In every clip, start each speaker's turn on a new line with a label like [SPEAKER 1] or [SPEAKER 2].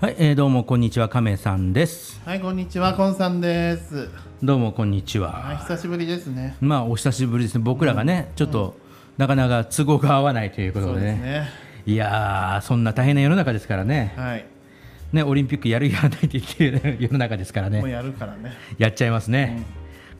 [SPEAKER 1] はい、えー、どうもこんにちは亀さんです
[SPEAKER 2] はい、こんにちは、こんさんです。
[SPEAKER 1] どうもこんにちは
[SPEAKER 2] あ、久しぶりですね。
[SPEAKER 1] まあお久しぶりですね僕らがね、ちょっと、なかなか都合が合わないということ
[SPEAKER 2] そう
[SPEAKER 1] で
[SPEAKER 2] で
[SPEAKER 1] ね
[SPEAKER 2] すね。
[SPEAKER 1] いやーそんな大変な世の中ですからね
[SPEAKER 2] はい、
[SPEAKER 1] ねオリンピックやるやらないって言ってる世の中ですから
[SPEAKER 2] もう
[SPEAKER 1] ね
[SPEAKER 2] やるからね。
[SPEAKER 1] やっちゃいますね、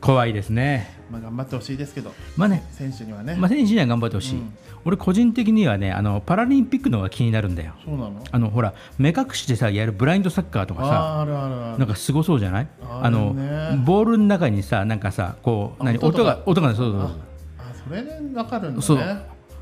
[SPEAKER 1] 怖いですね
[SPEAKER 2] まあ、頑張ってほしいですけど、
[SPEAKER 1] まあね
[SPEAKER 2] 選手にはね。
[SPEAKER 1] まあ、選手には頑張ってほしい、俺個人的にはねあのパラリンピックの方が気になるんだよ
[SPEAKER 2] そうなの。
[SPEAKER 1] あのほら目隠しでさやるブラインドサッカーとかさ
[SPEAKER 2] あー、あるあるあ
[SPEAKER 1] な
[SPEAKER 2] る。
[SPEAKER 1] んかすごそうじゃないあ
[SPEAKER 2] あ
[SPEAKER 1] の
[SPEAKER 2] あるね
[SPEAKER 1] ボールの中にさなんかさこう
[SPEAKER 2] あ
[SPEAKER 1] 何
[SPEAKER 2] 音
[SPEAKER 1] 音
[SPEAKER 2] とか
[SPEAKER 1] が音がそうそうそう
[SPEAKER 2] あ、それで、わかるん
[SPEAKER 1] そ
[SPEAKER 2] だ
[SPEAKER 1] う
[SPEAKER 2] ね。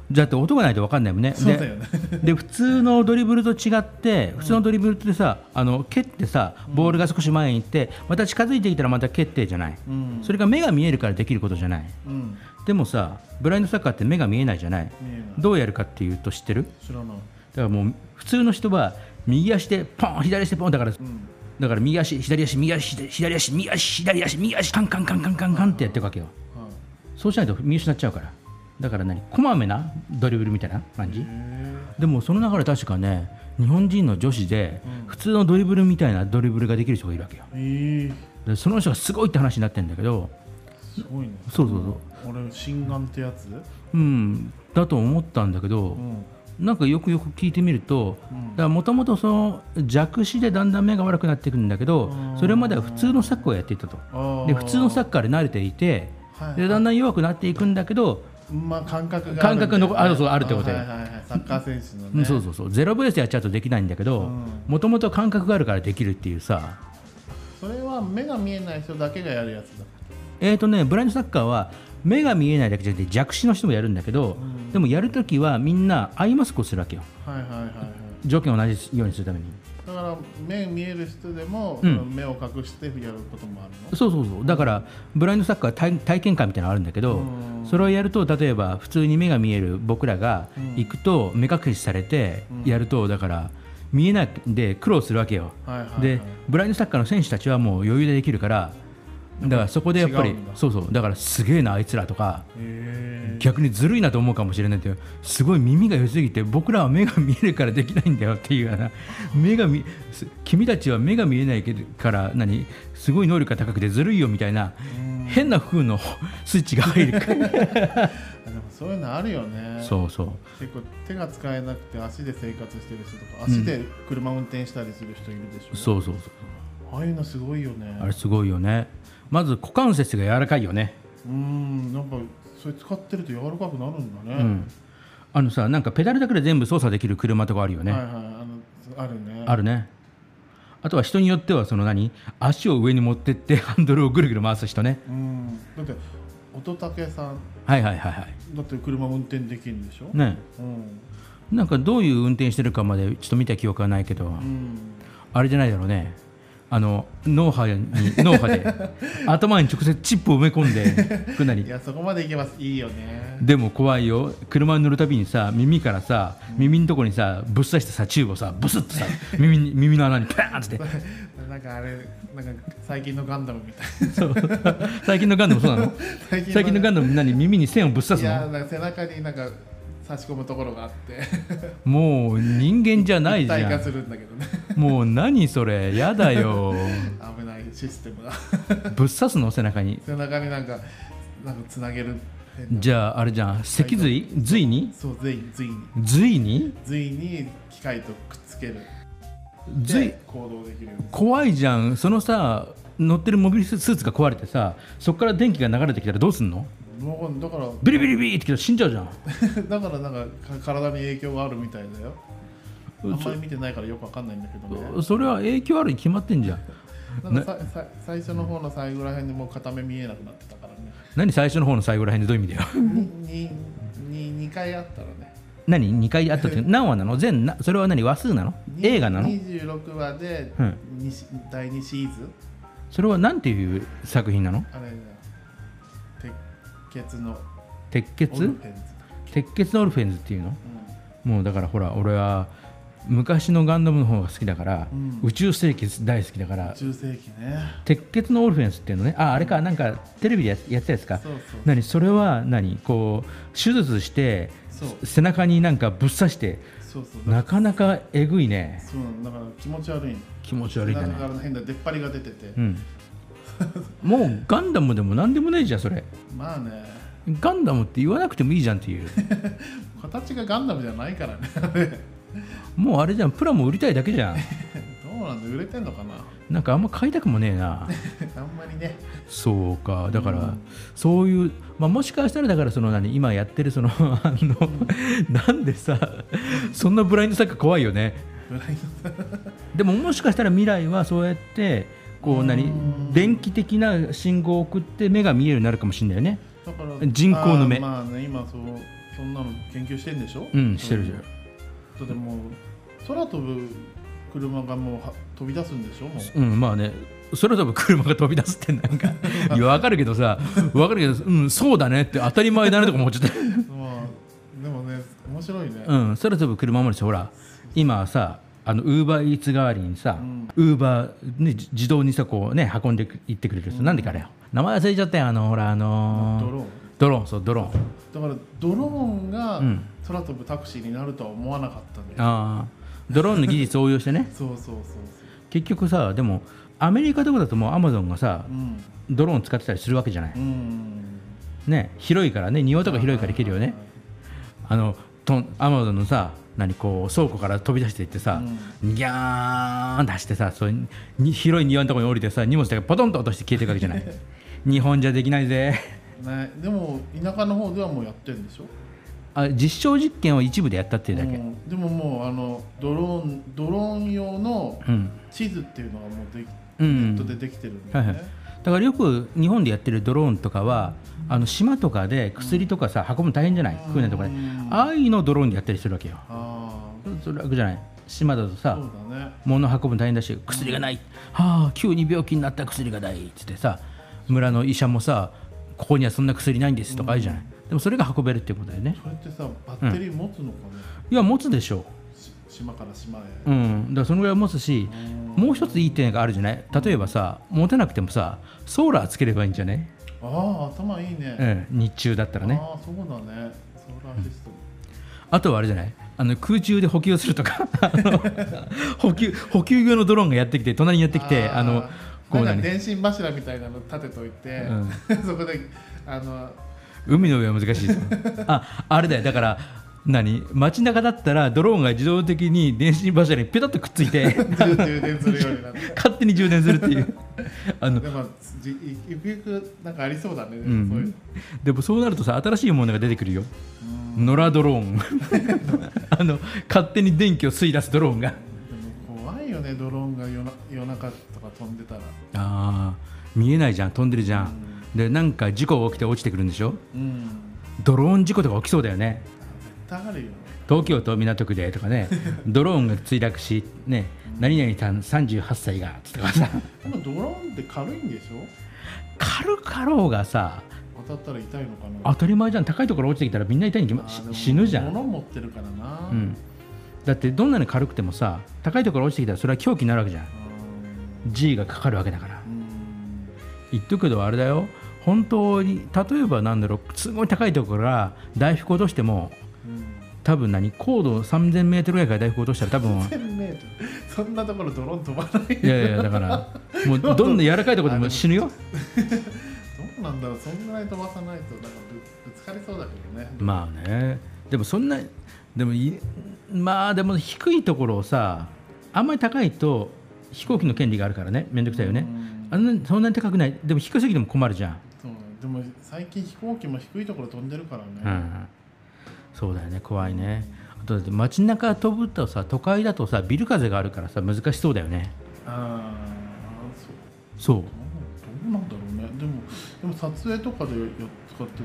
[SPEAKER 1] だって音がないと分かんないもんね
[SPEAKER 2] そうだよね。
[SPEAKER 1] でで普通のドリブルと違って普通のドリブルってさあの蹴ってさボールが少し前に行ってまた近づいてきたらまた蹴ってじゃない、
[SPEAKER 2] うん、
[SPEAKER 1] それが目が見えるからできることじゃない
[SPEAKER 2] うん、
[SPEAKER 1] でもさブラインドサッカーって目が見えないじゃない
[SPEAKER 2] 見えない。
[SPEAKER 1] どうやるかっていうと知ってる
[SPEAKER 2] 後ろの。
[SPEAKER 1] だからもう普通の人は右足でポン左足でポンだから
[SPEAKER 2] うん、
[SPEAKER 1] だから右足左足右足左左足右足左足右足カンカンカンカンカンカンってやってるわけよそうしないと見失っちゃうからだから何こまめなドリブルみたいな感じでもその流れ確かね日本人の女子で普通のドリブルみたいなドリブルができる人がいるわけよ
[SPEAKER 2] うん。ええ
[SPEAKER 1] でその人がすごいって話になってんだけど
[SPEAKER 2] すごいね。
[SPEAKER 1] そうそうそう
[SPEAKER 2] 俺、心眼ってやつ。
[SPEAKER 1] うんだと思ったんだけど
[SPEAKER 2] うん。
[SPEAKER 1] なんかよくよく聞いてみると
[SPEAKER 2] うん
[SPEAKER 1] もともとその弱視でだんだん目が悪くなっていくんだけど
[SPEAKER 2] うん
[SPEAKER 1] それまでは普通のサッカーをやっていたと。
[SPEAKER 2] あー
[SPEAKER 1] で普通のサッカーで慣れていて
[SPEAKER 2] はい
[SPEAKER 1] でだんだん弱くなっていくんだけど、
[SPEAKER 2] まあ、感覚がある
[SPEAKER 1] 感
[SPEAKER 2] んだよね。
[SPEAKER 1] 覚のあそうあるってこと
[SPEAKER 2] は
[SPEAKER 1] よ
[SPEAKER 2] いはいはい、サッカー選手の
[SPEAKER 1] うん
[SPEAKER 2] ね。
[SPEAKER 1] そうそうそうゼロベースでやっちゃうとできないんだけど
[SPEAKER 2] うん
[SPEAKER 1] もともと感覚があるからできるっていうさ
[SPEAKER 2] それは目が見えない人だけがやるやつだ。
[SPEAKER 1] えーとねブラインドサッカーは目が見えないだけじゃなくて弱視の人もやるんだけど、でもやるときはみんなアイマスクをするわけよ
[SPEAKER 2] はいはいはいはい。
[SPEAKER 1] 条件を同じようにするために
[SPEAKER 2] だから目見える人でも、
[SPEAKER 1] うん
[SPEAKER 2] その目を隠してやることもあるの。
[SPEAKER 1] そうそうそうだからブラインドサッカー体体験会みたいなのあるんだけど、
[SPEAKER 2] うん
[SPEAKER 1] それをやると例えば普通に目が見える僕らが行くと目隠しされてやるとだから見えなくで苦労するわけよ、
[SPEAKER 2] はいはい、はい。
[SPEAKER 1] でブラインドサッカーの選手たちはもう余裕でできるからだからそこでやっぱり
[SPEAKER 2] 違うんだ
[SPEAKER 1] そうそうだからすげえなあいつらとか
[SPEAKER 2] え
[SPEAKER 1] 逆にずるいなと思うかもしれないけどすごい耳が良すぎて僕らは目が見えるからできないんだよっていうような目が見す君たちは目が見えないけどから何すごい能力が高くてずるいよみたいな変な風のスイッチが入 る
[SPEAKER 2] ー、でもそういうのあるよね。
[SPEAKER 1] そうそう
[SPEAKER 2] 結構手が使えなくて足で生活してる人とか足で車運転したりする人いるでしょ、
[SPEAKER 1] そうそうそう
[SPEAKER 2] ああいうのすごいよね
[SPEAKER 1] あれすごいよねまず股関節が柔らかいよね
[SPEAKER 2] うーんなんかそれ使ってると柔らかくなるんだね、
[SPEAKER 1] うんあのさなんかペダルだけで全部操作できる車とかあるよね、
[SPEAKER 2] はいはいあのあるね
[SPEAKER 1] あるねあとは人によってはその何足を上に持ってってハンドルをぐるぐる回す人ね
[SPEAKER 2] うんだって乙武さん
[SPEAKER 1] はいはいはいはい
[SPEAKER 2] だって車運転できるんでしょ、
[SPEAKER 1] ね
[SPEAKER 2] うん
[SPEAKER 1] なんかどういう運転してるかまでちょっと見た記憶はないけど、
[SPEAKER 2] うん
[SPEAKER 1] あれじゃないだろうねあの脳波に脳波 で頭に直接チップを埋め込んでくなり
[SPEAKER 2] いやそこまでいけますいいよね
[SPEAKER 1] でも怖いよ車に乗るたびにさ耳からさ耳のとこにさぶっ刺してさチューブをさブスッとさ耳に耳の穴にパーンって
[SPEAKER 2] なんかあれなんか最近のガンダムみたい
[SPEAKER 1] そう最近のガンダムそうなの
[SPEAKER 2] 最近の
[SPEAKER 1] 最近のガンダム何耳に線をぶっ刺
[SPEAKER 2] い
[SPEAKER 1] す
[SPEAKER 2] や
[SPEAKER 1] の
[SPEAKER 2] なんか背中になんか差し込むところがあって
[SPEAKER 1] もう人間じゃ ない
[SPEAKER 2] 一
[SPEAKER 1] じ
[SPEAKER 2] 体
[SPEAKER 1] ゃ
[SPEAKER 2] 化す
[SPEAKER 1] ん
[SPEAKER 2] るんだけどね
[SPEAKER 1] もう何それやだよ
[SPEAKER 2] 危ないシステムが
[SPEAKER 1] ぶっ刺すの背中に
[SPEAKER 2] 背中になんかなんかつなげる変な
[SPEAKER 1] じゃああれじゃん脊髄髄に
[SPEAKER 2] そう髄に髄に
[SPEAKER 1] 髄に
[SPEAKER 2] 髄に機械とくっつける
[SPEAKER 1] 髄
[SPEAKER 2] で行動できるように
[SPEAKER 1] 怖いじゃんそのさ乗ってるモビルスーツが壊れてさそこから電気が流れてきたらどうすんの
[SPEAKER 2] もうだから
[SPEAKER 1] ビリビリビリってきたら死んじゃうじゃん
[SPEAKER 2] だからなんかか体に影響があるみたいだよあんまり見てないからよくわかんないんだけどね
[SPEAKER 1] そそれは影響あるに決まってんじゃん
[SPEAKER 2] なんかささ最初の方の最後らへんでもう片目見えなくなってたからね
[SPEAKER 1] 何最初の方の最後らへんでどういう意味だよ
[SPEAKER 2] ににに2回あったらね
[SPEAKER 1] 何2回あった時何話なの全なそれは何話数なの
[SPEAKER 2] に
[SPEAKER 1] 映画なの
[SPEAKER 2] 26話で、
[SPEAKER 1] うん
[SPEAKER 2] にし第2シーズン
[SPEAKER 1] それは何ていう作品なの
[SPEAKER 2] あれだよ鉄血の
[SPEAKER 1] 鉄血
[SPEAKER 2] オルフェンズ、
[SPEAKER 1] 鉄血のオルフェンズっていうのもうだからほら俺は昔のガンダムの方が好きだから、
[SPEAKER 2] うん
[SPEAKER 1] 宇宙世紀大好きだから
[SPEAKER 2] うん、中世紀ね
[SPEAKER 1] 鉄血のオルフェンスっていうのねああれかなんかテレビでややってたやつか
[SPEAKER 2] そうそう
[SPEAKER 1] 何それは何こう手術して
[SPEAKER 2] そう
[SPEAKER 1] 背中になんかぶっ刺して
[SPEAKER 2] そうそうだ
[SPEAKER 1] なかなかえぐいね
[SPEAKER 2] そうなのだから気持ち悪いの
[SPEAKER 1] 気持ち悪いんだ
[SPEAKER 2] なん
[SPEAKER 1] ね
[SPEAKER 2] かあの変な出っ張りが出てて、
[SPEAKER 1] うんもうガンダムでも何でもないじゃんそれ
[SPEAKER 2] まあね
[SPEAKER 1] ガンダムって言わなくてもいいじゃんって いう
[SPEAKER 2] 形がガンダムじゃないからねど
[SPEAKER 1] もうあれじゃんプラも売りたいだけじゃん
[SPEAKER 2] うなんだ売れてんのかな
[SPEAKER 1] なんかあんま買いたくもねえな
[SPEAKER 2] あんまりね
[SPEAKER 1] そうかだから、そういう、まあ、もしかしたらだからその何今やってるその あの、なんでさそんなブラインドサッカー怖いよね
[SPEAKER 2] ブライン
[SPEAKER 1] でももしかしたら未来はそうやってこう何電気的な信号を送って目が見えるようになるかもしれないよね
[SPEAKER 2] ドだから
[SPEAKER 1] 人工の目
[SPEAKER 2] あーまあね今そうそんなの研究してんでしょ
[SPEAKER 1] うんしてるじゃん
[SPEAKER 2] だってもう空飛ぶ車がもうは飛び出すんでしょもう
[SPEAKER 1] うんまあね空飛ぶ車が飛び出すってなんかいや分かるけどさ分かるけどうんそうだねって当たり前だねとか思っちゃった
[SPEAKER 2] まあでもね面白いね、
[SPEAKER 1] うん、空飛ぶ車もあるしほら今さあのウーバーイーツ代わりにさ
[SPEAKER 2] うん
[SPEAKER 1] ウーバーねじ自動にさこうね運んでいってくれる人なんでかあれよ名前忘れちゃったよあのほらあのー
[SPEAKER 2] ドローン
[SPEAKER 1] ドローンそうドローン
[SPEAKER 2] だからドローンが
[SPEAKER 1] うん
[SPEAKER 2] 空飛ぶタクシーになるとは思わなかったね、
[SPEAKER 1] あードローンの技術を応用してね
[SPEAKER 2] そうそうそうそう
[SPEAKER 1] 結局さでもアメリカとかだともうアマゾンがさ
[SPEAKER 2] うん
[SPEAKER 1] ドローン使ってたりするわけじゃない
[SPEAKER 2] うん
[SPEAKER 1] ね広いからね庭とか広いから行けるよねあのとアマゾンのさ何こう倉庫から飛び出していってさ、ギャーン出してさそうに広い庭のところに降りてさ荷物とかポトンと落として消えていくわけじ ゃない日本じゃできないぜ
[SPEAKER 2] ね、でも田舎の方ではもうやってるんでしょ
[SPEAKER 1] あ実証実験を一部でやったっていうだけ
[SPEAKER 2] うんでももうあのドローンドローン用の
[SPEAKER 1] うん、
[SPEAKER 2] 地図っていうのがもうでき、
[SPEAKER 1] う
[SPEAKER 2] ネット
[SPEAKER 1] ん、
[SPEAKER 2] でできてるんだ
[SPEAKER 1] はい
[SPEAKER 2] よね、
[SPEAKER 1] はいだからよく日本でやってるドローンとかはあの島とかで薬とかさ運ぶの大変じゃない
[SPEAKER 2] うん
[SPEAKER 1] 船とかでああいうのをドローンでやったりするわけよ
[SPEAKER 2] あ
[SPEAKER 1] それ楽じゃない島だと
[SPEAKER 2] あ
[SPEAKER 1] さ
[SPEAKER 2] そうだね
[SPEAKER 1] 物運ぶの大変だし薬がない、はあ急に病気になった薬がないっつってさ村の医者もさここにはそんな薬ないんですとかあるじゃない、でもそれが運べるっていうことだよね
[SPEAKER 2] それってさバッテリー持つのかね、
[SPEAKER 1] いや持つでしょ
[SPEAKER 2] し島から島へ、
[SPEAKER 1] う、うん、だからそのぐらい持つしもう一ついい点があるじゃない例えばさ持てなくてもさソーラーつければいいんじゃね、
[SPEAKER 2] ああ頭いいね、
[SPEAKER 1] うん、日中だったらね
[SPEAKER 2] ああそうだねソーラーシステム、
[SPEAKER 1] あとはあれじゃないあの空中で補給するとかあの補給補給用のドローンがやってきて隣にやってきてあのこう
[SPEAKER 2] なん
[SPEAKER 1] 何
[SPEAKER 2] か電信柱みたいなの立てといて、
[SPEAKER 1] う
[SPEAKER 2] そこであの
[SPEAKER 1] 海の上は難しいぞああれだよだから何街中だったらドローンが自動的に電信柱にペタッとくっついて
[SPEAKER 2] 充電するようになって
[SPEAKER 1] 勝手に充電するっていうあの
[SPEAKER 2] でもじいゆくゆくなんかありそうだね、で
[SPEAKER 1] う
[SPEAKER 2] も
[SPEAKER 1] ん
[SPEAKER 2] そういう
[SPEAKER 1] でもそうなるとさ新しいものが出てくるよ野良ドローンあの勝手に電気を吸い出すドローンが
[SPEAKER 2] でも怖いよねドローンが夜な夜中とか飛んでたら
[SPEAKER 1] あー見えないじゃん飛んでるじゃん、でなんか事故が起きて落ちてくるんでしょ
[SPEAKER 2] うん
[SPEAKER 1] ドローン事故とか起きそうだよね
[SPEAKER 2] 絶対あるよ
[SPEAKER 1] 東京都港区でとか ねドローンが墜落し、ね、何々さん38歳がとかさ
[SPEAKER 2] でもドローンって軽いんでしょ
[SPEAKER 1] 軽かろうがさ
[SPEAKER 2] 当たったら痛いのかな
[SPEAKER 1] 当たり前じゃん高いところ落ちてきたらみんな痛いに決ま
[SPEAKER 2] あ
[SPEAKER 1] し
[SPEAKER 2] ーでも
[SPEAKER 1] 死ぬじゃん、
[SPEAKER 2] 物持ってるからな、
[SPEAKER 1] うん、だってどんなに軽くてもさ高いところ落ちてきたらそれは狂気になるわけじゃん
[SPEAKER 2] う
[SPEAKER 1] G がかかるわけだから
[SPEAKER 2] んうん
[SPEAKER 1] 言っとくけどあれだよ本当に例えばなんだろうすごい高いところから大福落としても
[SPEAKER 2] うん
[SPEAKER 1] 多分何高度3 0 0 0メートルぐらいから大福落としたら 多分
[SPEAKER 2] 1000m そんなところドローン飛ばない
[SPEAKER 1] いやいやだからもうどんな柔らかいところでも死ぬよ
[SPEAKER 2] どうなんだろうそんぐらい飛ばさないとなんかぶぶつかりそうだけどね
[SPEAKER 1] まあねでもそんなでもいまあでも低いところをさあんまり高いと飛行機の権利があるからね面倒くさいよね
[SPEAKER 2] うん
[SPEAKER 1] あんなそんなに高くないでも低すぎても困るじゃん、
[SPEAKER 2] そうでも最近飛行機も低いところ飛んでるから
[SPEAKER 1] う
[SPEAKER 2] ね、
[SPEAKER 1] ん、そうだよね怖いねあとだって街中飛ぶとさ都会だとさビル風があるからさ難しそうだよね
[SPEAKER 2] ああそ
[SPEAKER 1] そ
[SPEAKER 2] う
[SPEAKER 1] う
[SPEAKER 2] どうなんだろうねでもでも撮影とかでやっ使ってて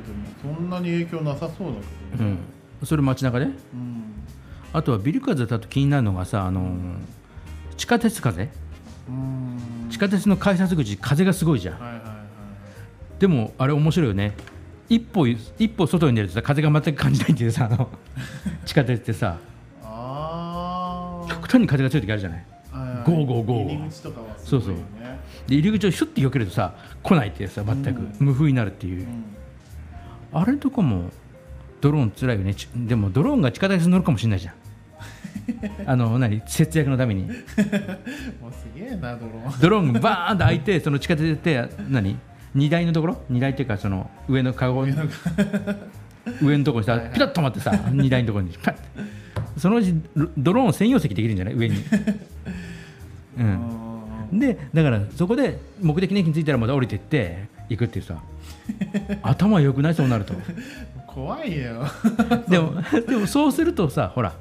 [SPEAKER 2] もそんなに影響なさそうだけ
[SPEAKER 1] う
[SPEAKER 2] どね
[SPEAKER 1] んそれ街中で
[SPEAKER 2] うん
[SPEAKER 1] あとはビル風だと気になるのがさあのー地下鉄風
[SPEAKER 2] うん
[SPEAKER 1] 地下鉄の改札口風がすごいじゃん
[SPEAKER 2] はいはいはい
[SPEAKER 1] でもあれ面白いよね一歩一歩外に出るとさ風が全く感じないっていうさあの地下鉄ってさ
[SPEAKER 2] あ
[SPEAKER 1] 極端に風が強い時あるじゃない
[SPEAKER 2] あはいはい
[SPEAKER 1] ゴーゴーゴー
[SPEAKER 2] 入り口とかはすごいよね
[SPEAKER 1] で入り口をシュッて避けるとさ来ないっていうさ全く無風になるっていう、
[SPEAKER 2] うん
[SPEAKER 1] あれとかもドローンつらいよねちでもドローンが地下鉄に乗るかもしれないじゃんあの何節約のために
[SPEAKER 2] もうすげえなドローン
[SPEAKER 1] ドローンがバーンと開いてその地下鉄って何荷台のところ荷台っていうかその上のカゴ
[SPEAKER 2] の
[SPEAKER 1] 上のところにさ
[SPEAKER 2] はいはい
[SPEAKER 1] ピタッと止まってさ荷台のところ にパッてそのうちドドローン専用席できるんじゃない上 にう
[SPEAKER 2] うんん
[SPEAKER 1] でだからそこで目的の駅に着いたらまた降りてって行くっていう さ頭良くないそうなると
[SPEAKER 2] 怖いよ
[SPEAKER 1] でもでもそうするとさほら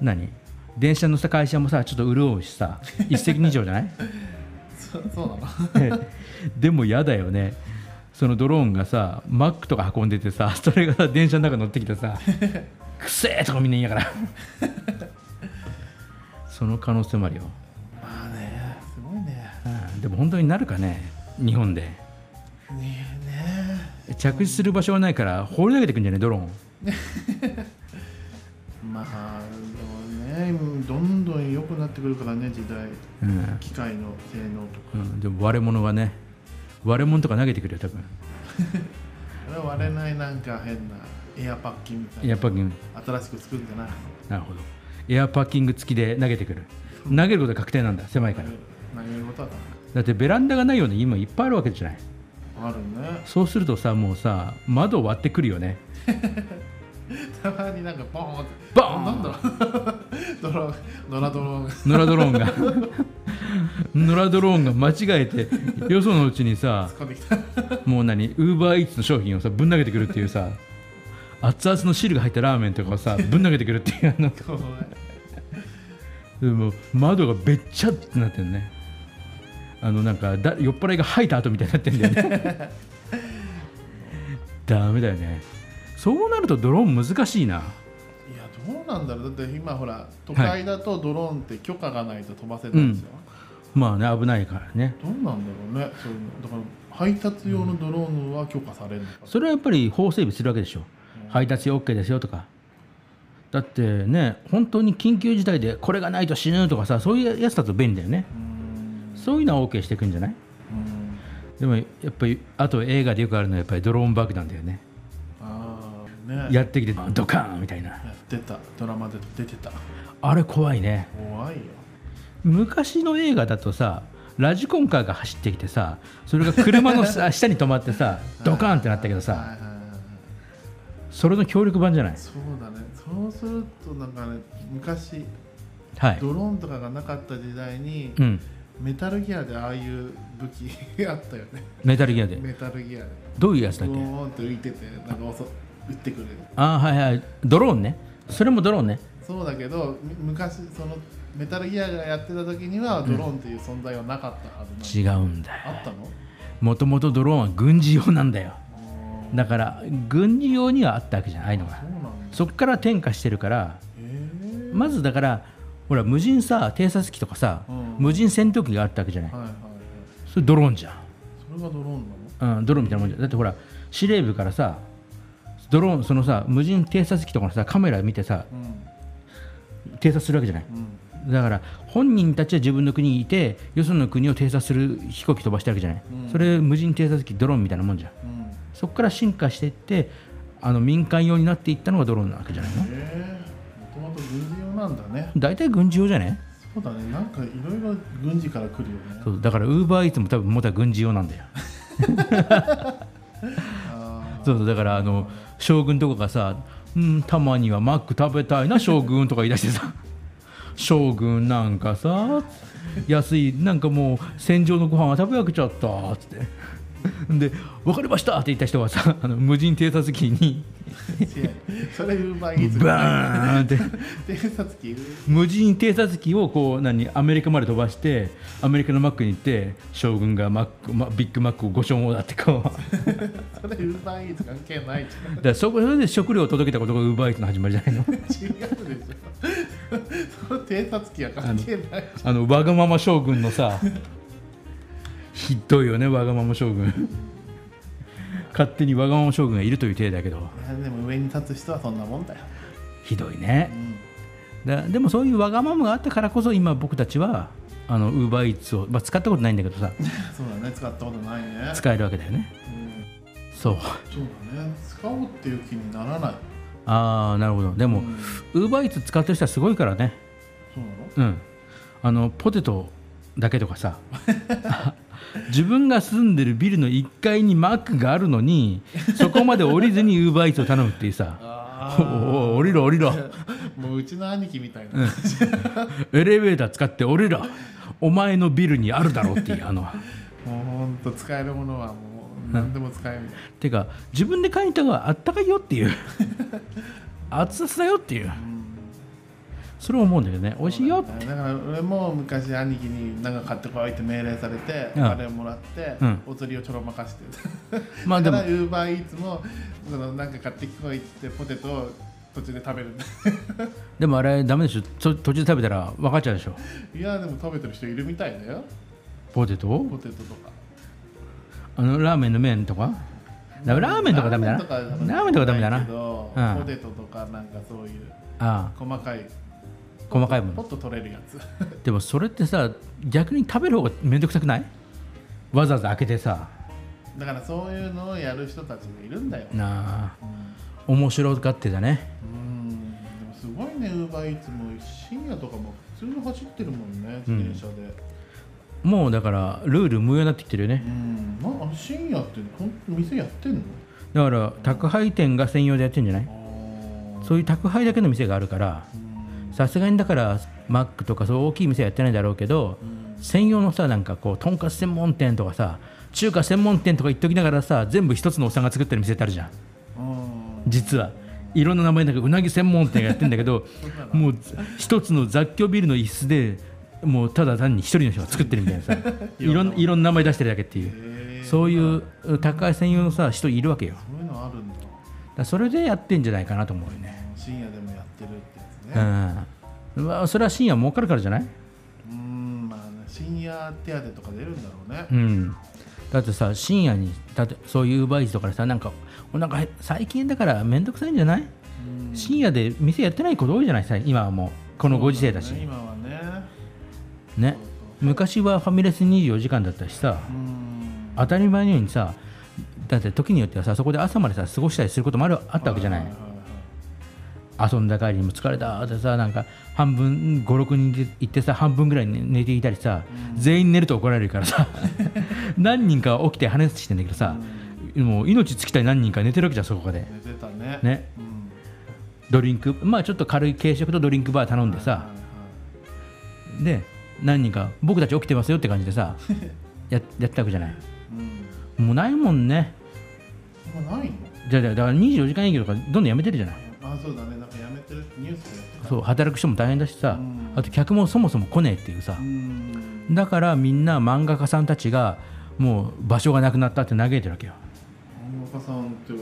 [SPEAKER 1] 何電車のさ会社もさちょっと潤うしさ一石二鳥じゃない
[SPEAKER 2] そそうなの
[SPEAKER 1] ええでも嫌だよねそのドローンがさマックとか運んでてさそれがさ電車の中に乗ってきて さ「くせえ!」とかみんな言いながらその可能性もあるよ、
[SPEAKER 2] まあねすごいね
[SPEAKER 1] うんでも本当になるかね日本で
[SPEAKER 2] ねえね
[SPEAKER 1] 着地する場所がないから放り投げてくんじゃないドローン
[SPEAKER 2] えまあでもねどんどん良くなってくるからね時代
[SPEAKER 1] うん、
[SPEAKER 2] 機械の性能とか
[SPEAKER 1] うん、でも割れ物がね割れ物とか投げてくるよ多分
[SPEAKER 2] あれは割れないなんか変なエアパッキンみたい
[SPEAKER 1] エ
[SPEAKER 2] な
[SPEAKER 1] アパッキング
[SPEAKER 2] 新しく作るんじゃない
[SPEAKER 1] なるほどエアパッキング付きで投げてくる投げることは確定なんだ狭いから
[SPEAKER 2] 投げることは
[SPEAKER 1] だってベランダがないような家もいっぱいあるわけじゃない
[SPEAKER 2] あるね
[SPEAKER 1] そうするとさもうさ窓を割ってくるよね
[SPEAKER 2] たまになんかボーンって
[SPEAKER 1] ボーン
[SPEAKER 2] なんだろうドローンドラドローンが
[SPEAKER 1] 野良ドローンが 野良ドローンが間違えてよそのうちにさ
[SPEAKER 2] 突っ込んできた
[SPEAKER 1] もう何ウーバーイーツの商品をさぶん投げてくるっていうさ熱々の汁が入ったラーメンとかをさぶん投げてくるっていうあの
[SPEAKER 2] 怖い
[SPEAKER 1] でも窓がべっちゃってなってるねあのなんかだ酔っ払いが吐いた後みたいになってんだよねダメだよねそうなるとドローン難しいない
[SPEAKER 2] やどうなんだろうだって今ほら都会だとドローンって許可がないと飛ばせないんですよ、
[SPEAKER 1] まあね危ないからね
[SPEAKER 2] どうなんだろうねそういうのだから配達用のドローンは許可されるのか、
[SPEAKER 1] それはやっぱり法整備するわけでしょ配達 OK ですよとかだってね本当に緊急事態でこれがないと死ぬとかさそういうやつだと便利だよね
[SPEAKER 2] うーん
[SPEAKER 1] そういうのは OK していくんじゃないう
[SPEAKER 2] ーん
[SPEAKER 1] でもやっぱりあと映画でよくあるのはやっぱりドローン爆弾だよね
[SPEAKER 2] ああねや
[SPEAKER 1] やってきてドカーンみたいな
[SPEAKER 2] ってたドラマで出てた
[SPEAKER 1] あれ怖いね
[SPEAKER 2] 怖いよ
[SPEAKER 1] 昔の映画だとさラジコンカーが走ってきてさそれが車のさ下に止まって さドカーンってなったけど
[SPEAKER 2] はい
[SPEAKER 1] さ
[SPEAKER 2] はいはいはい
[SPEAKER 1] それの協力版じゃない
[SPEAKER 2] そうだねそうするとなんかね昔
[SPEAKER 1] はい
[SPEAKER 2] ドローンとかがなかった時代に、
[SPEAKER 1] うん
[SPEAKER 2] メタルギアでああいう武器あったよね
[SPEAKER 1] メタルギアで
[SPEAKER 2] メタルギアで
[SPEAKER 1] どういうやつ
[SPEAKER 2] ド
[SPEAKER 1] だっけ
[SPEAKER 2] ーンって浮いててなんか襲撃ってくる
[SPEAKER 1] ああはいはいドローンねそれもドローンね
[SPEAKER 2] そうだけどみ昔そのメタルギアがやってた時にはドローンっていう存在はなかったはずなの、
[SPEAKER 1] 違うんだよ
[SPEAKER 2] あったの
[SPEAKER 1] もともとドローンは軍事用なんだよだから軍事用にはあったわけじゃないのが
[SPEAKER 2] そうなんだ
[SPEAKER 1] そっから転化してるから
[SPEAKER 2] へえ
[SPEAKER 1] まずだからほら無人さ偵察機とかさ
[SPEAKER 2] うん
[SPEAKER 1] 無人戦闘機があったわけじゃない
[SPEAKER 2] はいはいはい
[SPEAKER 1] それドローンじゃん
[SPEAKER 2] それがドローンなの
[SPEAKER 1] うん、ドローンみたいなもんじゃんだってほら司令部からさドローンそのさ無人偵察機とかのさカメラ見てさ
[SPEAKER 2] う
[SPEAKER 1] 偵察するわけじゃない
[SPEAKER 2] んうん
[SPEAKER 1] だから本人たちは自分の国にいてよその国を偵察する飛行機飛ばしてるわけじゃない、
[SPEAKER 2] うん
[SPEAKER 1] それ無人偵察機ドローンみたいなもんじゃん
[SPEAKER 2] うん
[SPEAKER 1] そこから進化していってあの民間用になっていったのがドローンなわけじゃないの
[SPEAKER 2] へえもともと軍事用なんだね
[SPEAKER 1] 大体軍事用じゃね
[SPEAKER 2] そうだねなんかいろいろ軍事から来るよね
[SPEAKER 1] そうだからウーバーイーツも多分もた軍事用なんだよ
[SPEAKER 2] あ
[SPEAKER 1] そうそうだからあの将軍とかがさ「うんたまにはマック食べたいな将軍」とか言い出してさ「将軍なんかさ安いなんかもう戦場のご飯は食べ飽きちゃった」つってで「分かりました」って言った人がさあの無人偵察機に
[SPEAKER 2] ー違うそれウーバーイーツ
[SPEAKER 1] バーンって
[SPEAKER 2] 偵察機
[SPEAKER 1] 無人偵察機をこう何アメリカまで飛ばしてアメリカのマックに行って将軍がマックまビッグマックをご所望だってこう。
[SPEAKER 2] それウーバーイーツ関係ないじゃん
[SPEAKER 1] だからそこそれで食料を届けたことがウーバーイーツの始まりじゃないの
[SPEAKER 2] 違うでしょ その偵察機は関係ない
[SPEAKER 1] あのわがまま将軍のさひどいよねわがまま将軍 勝手にわがまま将軍がいるという体だけど
[SPEAKER 2] でも上に立つ人はそんなもんだよ、
[SPEAKER 1] ひどいうね
[SPEAKER 2] ん、
[SPEAKER 1] だでもそういうわがままがあったからこそ今僕たちはあのウーバーイーツを、まあ、使ったことないんだけどさ
[SPEAKER 2] そうだね使ったことないね、
[SPEAKER 1] 使えるわけだよね
[SPEAKER 2] うん、
[SPEAKER 1] そう
[SPEAKER 2] そうだね使おうっていう気にならない
[SPEAKER 1] ああなるほどでもウーバーイーツ使ってる人はすごいからね
[SPEAKER 2] そうな
[SPEAKER 1] う
[SPEAKER 2] の
[SPEAKER 1] んあのポテトだけとか さ自分が住んでるビルの1階にマックがあるのにそこまで降りずにウーバーイーツを頼むっていうさおい
[SPEAKER 2] あ
[SPEAKER 1] おい降りろ降りろ
[SPEAKER 2] あもううちの兄貴みたいな
[SPEAKER 1] エレベーター使って降りろお前のビルにあるだろうっていうあの
[SPEAKER 2] もうほんと使えるものはもう何でも使えみたい
[SPEAKER 1] てか自分で書いた方があったかいよっていう 熱々だよっていう
[SPEAKER 2] な、うん
[SPEAKER 1] それを思うんだけどね美味しいよ
[SPEAKER 2] そうだ,、ね、だから俺も昔兄貴に何か買ってこいって命令されて、
[SPEAKER 1] うん
[SPEAKER 2] お金をもらって、
[SPEAKER 1] うん
[SPEAKER 2] お釣りをちょろまかして
[SPEAKER 1] まあでも
[SPEAKER 2] だからウーバーイーツもその何か買ってこいってポテトを途中で食べる
[SPEAKER 1] でもあれダメでしょと途中で食べたら分かっちゃうでしょ
[SPEAKER 2] いやでも食べてる人いるみたいだよ
[SPEAKER 1] ポテトを
[SPEAKER 2] ポテトとか
[SPEAKER 1] あのラーメンの麺とかだからラーメンとかダメだな
[SPEAKER 2] ラーメンとか
[SPEAKER 1] ラーメンとかダメだな
[SPEAKER 2] けど
[SPEAKER 1] うん
[SPEAKER 2] ポテトとかなんかそういう
[SPEAKER 1] ああ
[SPEAKER 2] 細かい
[SPEAKER 1] 細かいも
[SPEAKER 2] ポ
[SPEAKER 1] の
[SPEAKER 2] ッと取れるやつ
[SPEAKER 1] でもそれってさ逆に食べる方が面倒くさくないわざわざ開けてさ
[SPEAKER 2] だからそういうのをやる人たちがいるんだよ
[SPEAKER 1] なあ
[SPEAKER 2] うん
[SPEAKER 1] 面白がってだね
[SPEAKER 2] うんでもすごいねウーバーイーツも深夜とかも普通に走ってるもんね自転車で
[SPEAKER 1] もうだからルール無用になってきてるよね
[SPEAKER 2] うん、まあ深夜って本当店やってんの
[SPEAKER 1] だから宅配店が専用でやってんじゃない
[SPEAKER 2] あ
[SPEAKER 1] そういう宅配だけの店があるから
[SPEAKER 2] あうん
[SPEAKER 1] さすがにだからマックとかそう大きい店はやってないだろうけど
[SPEAKER 2] うん
[SPEAKER 1] 専用のさなんかこうとんかつ専門店とかさ中華専門店とか言っときながらさ全部一つのおっさんが作ってる店ってあるじゃん
[SPEAKER 2] うん
[SPEAKER 1] 実はいろんな名前なんかうなぎ専門店がやってんだけど もう一つの雑居ビルの一室でもうただ単に一人の人が作ってるみたいなさ いろんいろんな名前出してるだけっていう
[SPEAKER 2] へえそ
[SPEAKER 1] そういう宅配専用のさ人いるわけよだか
[SPEAKER 2] ういうのあるんだ
[SPEAKER 1] らそれでやってんじゃないかなと思うよね
[SPEAKER 2] 深夜でもやってるってやつね
[SPEAKER 1] うんまあそれは深夜儲かるからじゃない、
[SPEAKER 2] うんまあね深夜手当とか出るんだろうね
[SPEAKER 1] うん、だってさ深夜にだってそういうバイトとかでさなんかおなんか最近だから面倒くさいんじゃない、
[SPEAKER 2] うん
[SPEAKER 1] 深夜で店やってないこと多いじゃないさ今はもうこのご時世だし
[SPEAKER 2] そう
[SPEAKER 1] ね
[SPEAKER 2] 今はね
[SPEAKER 1] 昔はファミレス24時間だったしさ
[SPEAKER 2] うん
[SPEAKER 1] 当たり前のようにさだって時によってはさそこで朝までさ過ごしたりすることもあるあったわけじゃない、
[SPEAKER 2] はいはいはいはい
[SPEAKER 1] 遊んだ帰りにも疲れたってさなんか半分56人で行ってさ半分ぐらい寝寝ていたりさ、全員寝ると怒られるからさ 何人か起きて話してんだけどさ、もう命尽きたり何人か寝てるわけじゃんそこで
[SPEAKER 2] 寝てたね
[SPEAKER 1] ね
[SPEAKER 2] うん
[SPEAKER 1] ドリンクまあちょっと軽い軽食とドリンクバー頼んでさ
[SPEAKER 2] はいはいはい
[SPEAKER 1] で何人か僕たち起きてますよって感じで さややってたわけじゃない
[SPEAKER 2] うん
[SPEAKER 1] もうないもんね
[SPEAKER 2] もうないの
[SPEAKER 1] じゃあじゃあだから24時間営業とかどんどんやめてるじゃない
[SPEAKER 2] あそうだねなんかやめてるってニュースでやってた
[SPEAKER 1] そう働く人も大変だしさ
[SPEAKER 2] うん
[SPEAKER 1] あと客もそもそも来ねえっていうさ、
[SPEAKER 2] うん
[SPEAKER 1] だからみんな漫画家さんたちがもう場所がなくなったって嘆いてるわけよ
[SPEAKER 2] 漫画家さんっては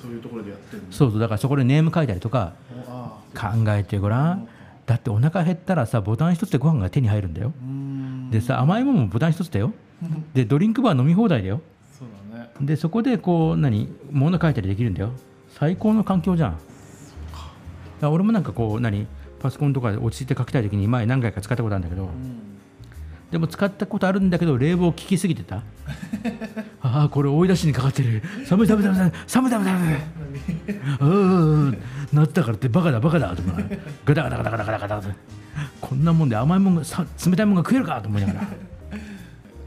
[SPEAKER 2] そういうところでやってるの
[SPEAKER 1] そうそうだからそこでネーム書いたりとか
[SPEAKER 2] おああ
[SPEAKER 1] 考えてごらんだってお腹減ったらさボタン一つでご飯が手に入るんだよ
[SPEAKER 2] うん
[SPEAKER 1] でさ甘いものもボタン一つだよ
[SPEAKER 2] うん
[SPEAKER 1] でドリンクバー飲み放題だよ
[SPEAKER 2] そうだね
[SPEAKER 1] でそこでこう何物書いたりできるんだよ最高の環境じゃんだから俺もなんかこう何パソコンとかで落ち着いて書きたい時に前何回か使ったことあるんだけど、
[SPEAKER 2] うん
[SPEAKER 1] でも使ったことあるんだけど冷房効きすぎてた ああこれ追い出しにかかってる寒い寒い寒い寒い寒い寒い寒いうんうんうん夏だからってバカだバカだと思いながらガタガタガタガタガタガタこんなもんで甘いもんがさ冷たいもんが食えるかと思いながら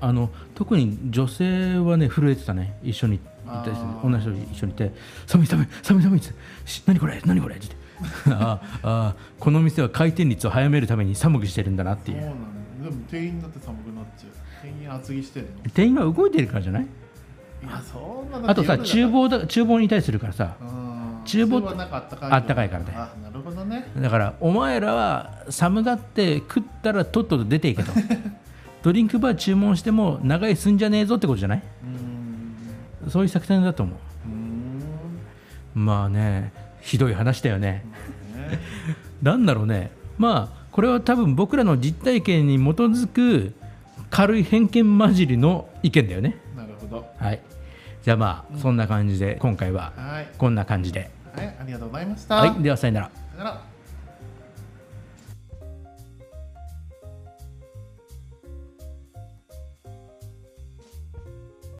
[SPEAKER 1] あの特に女性はね震えてたね一緒にいたりして
[SPEAKER 2] あー
[SPEAKER 1] 同じ人と一緒にいて寒い寒い寒い寒いってし何これ何これってあーあーこの店は回転率を早めるために寒くしてるんだなって
[SPEAKER 2] そう
[SPEAKER 1] い
[SPEAKER 2] な
[SPEAKER 1] う
[SPEAKER 2] のでも店員だって寒くなっちゃう店員厚着してるの
[SPEAKER 1] 店員が動いてるからじゃない
[SPEAKER 2] いやそんなの
[SPEAKER 1] あとさ厨
[SPEAKER 2] う
[SPEAKER 1] 房だ厨房にいたりするからさ
[SPEAKER 2] ん
[SPEAKER 1] 厨房
[SPEAKER 2] それはなんかあったかい
[SPEAKER 1] あったかいからね
[SPEAKER 2] あなるほどね
[SPEAKER 1] だからお前らは寒がって食ったらとっとと出て いけとドリンクバー注文しても長いすんじゃねえぞってことじゃない
[SPEAKER 2] うん
[SPEAKER 1] そういう作戦だと思
[SPEAKER 2] うん
[SPEAKER 1] うまあねひどい話だよね
[SPEAKER 2] ね
[SPEAKER 1] なんだろうねまあこれは多分僕らの実体験に基づく軽い偏見混じりの意見だよね
[SPEAKER 2] なるほど
[SPEAKER 1] はいじゃあまあそんな感じで今回は
[SPEAKER 2] はい
[SPEAKER 1] こんな感じで
[SPEAKER 2] はいありがとうございました
[SPEAKER 1] はいではさよなら
[SPEAKER 2] さよなら